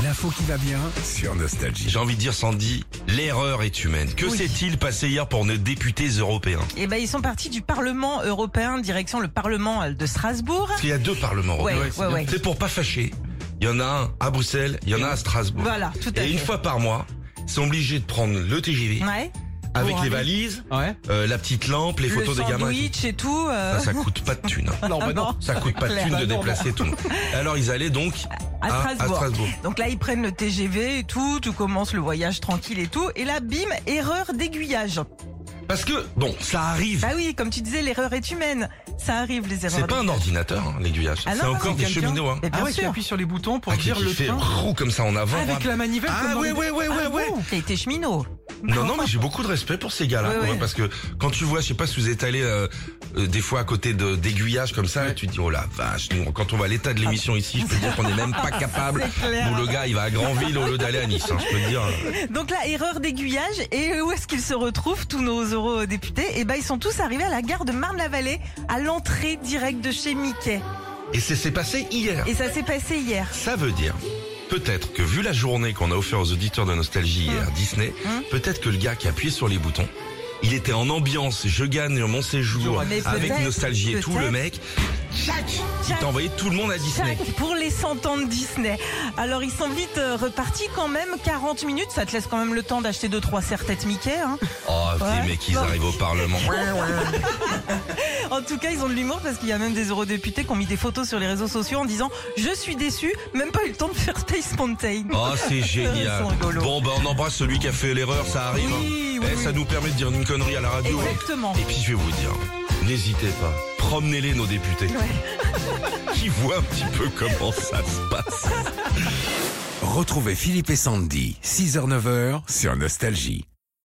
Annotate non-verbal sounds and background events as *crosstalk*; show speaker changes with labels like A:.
A: L'info qui va bien sur Nostalgie.
B: J'ai envie de dire, Sandy, l'erreur est humaine. Que
C: Oui.
B: s'est-il passé hier pour nos députés européens
C: Eh ben, ils sont partis du Parlement européen, direction le Parlement euh, de Strasbourg.
B: Parce qu'il y a deux parlements
C: Ouais,
B: européens.
C: ouais, ouais.
B: C'est pour pas fâcher. Il y en a un à Bruxelles, il y en a un à Strasbourg.
C: Voilà, tout à
B: Et une
C: fait.
B: fois par mois, ils sont obligés de prendre le TGV
C: Ouais.
B: avec
C: Pour
B: les
C: un-
B: valises,
D: Ouais.
B: euh, la petite lampe, les
C: Le
B: photos des gamins. et tout. Ah,
C: sandwich et tout. euh,
B: Ça, ça coûte pas de thune. hein.
C: *laughs*
D: Non,
C: Ah
D: bah non.
B: Ça coûte pas de
C: Claire.
B: thune
D: Bah
B: de
D: non, bah.
B: déplacer tout le monde. Alors ils allaient donc
C: à
B: à-
C: Strasbourg.
B: à Strasbourg.
C: Donc là, ils prennent le TGV et tout, tu commences le voyage tranquille et tout. Et là, bim, erreur d'aiguillage.
B: Parce que, bon, ça arrive.
C: Bah oui, comme tu disais, l'erreur est humaine. Ça arrive, les erreurs.
B: C'est pas un ordinateur, hein, l'aiguillage.
C: bah. Ah non,
B: c'est
C: non,
B: encore
C: non,
B: des
D: quelqu'un.
B: cheminots. Hein.
C: Mais bien
D: ah ouais, tu
C: sûr.
D: appuies sur les boutons pour
B: Ah, qui,
D: dire
B: qui
D: le
B: fait
D: train.
B: roux comme ça en avant.
D: Avec
B: vraiment.
D: la manivelle.
B: Ah,
D: comme dans
B: ouais,
D: les-
B: ouais, ouais, ouais,
D: Ah
B: ouais.
D: bon
C: T'as été cheminot.
B: Non, non, mais j'ai beaucoup de respect pour ces gars-là.
C: Ouais,
B: moi,
C: ouais.
B: Parce que quand tu vois, je sais pas si vous êtes allé euh, euh, des fois à côté de d'aiguillage comme ça, et tu te dis, oh la vache, nous, quand on voit l'état de l'émission ici, je peux te dire qu'on n'est même
C: *laughs*
B: pas capable.
C: C'est clair.
B: Bon, le gars, il va à Granville au lieu d'aller à Nice, hein, je peux te dire.
C: Donc là, erreur d'aiguillage. Et où est-ce qu'ils se retrouvent, tous nos eurodéputés Eh ben, ils sont tous arrivés à la gare de Marne-la-Vallée, à l'entrée directe de chez Mickey.
B: Et c'est c'est passé hier.
C: Et ça s'est passé hier.
B: Ça veut dire peut-être que vu la journée qu'on a offert aux auditeurs de Nostalgie hier, Disney,
C: Hum.
B: peut-être que le gars qui appuyait sur les boutons, il était en ambiance, je gagne mon séjour
C: Mais
B: avec
C: peut-être,
B: Nostalgie et tout,
C: peut-être.
B: le mec, il
C: Jack,
B: t'a envoyé tout le monde à Disney.
C: Jack, pour les 100 ans de Disney. Alors, ils sont vite euh, repartis quand même, 40 minutes. Ça te laisse quand même le temps d'acheter deux trois serre-têtes Mickey. hein.
B: Oh, les
C: Ouais.
B: mecs, ils
C: Non.
B: arrivent au Parlement.
A: hein
C: En tout cas, ils ont de l'humour parce qu'il y a même des eurodéputés qui ont mis des photos sur les réseaux sociaux en disant « Je suis déçu, même pas eu le temps de faire Space Mountain
B: Oh, c'est génial. bah,
C: sont rigolos. Oui, oui,
B: Eh, ça
C: oui.
B: nous permet de dire une connerie à la radio.
C: Exactement.
B: Et puis, je vais vous dire, n'hésitez pas, promenez-les, nos députés, qui voient un petit peu comment ça se passe.
A: Retrouvez Philippe et Sandy, 6h-9h sur Nostalgie.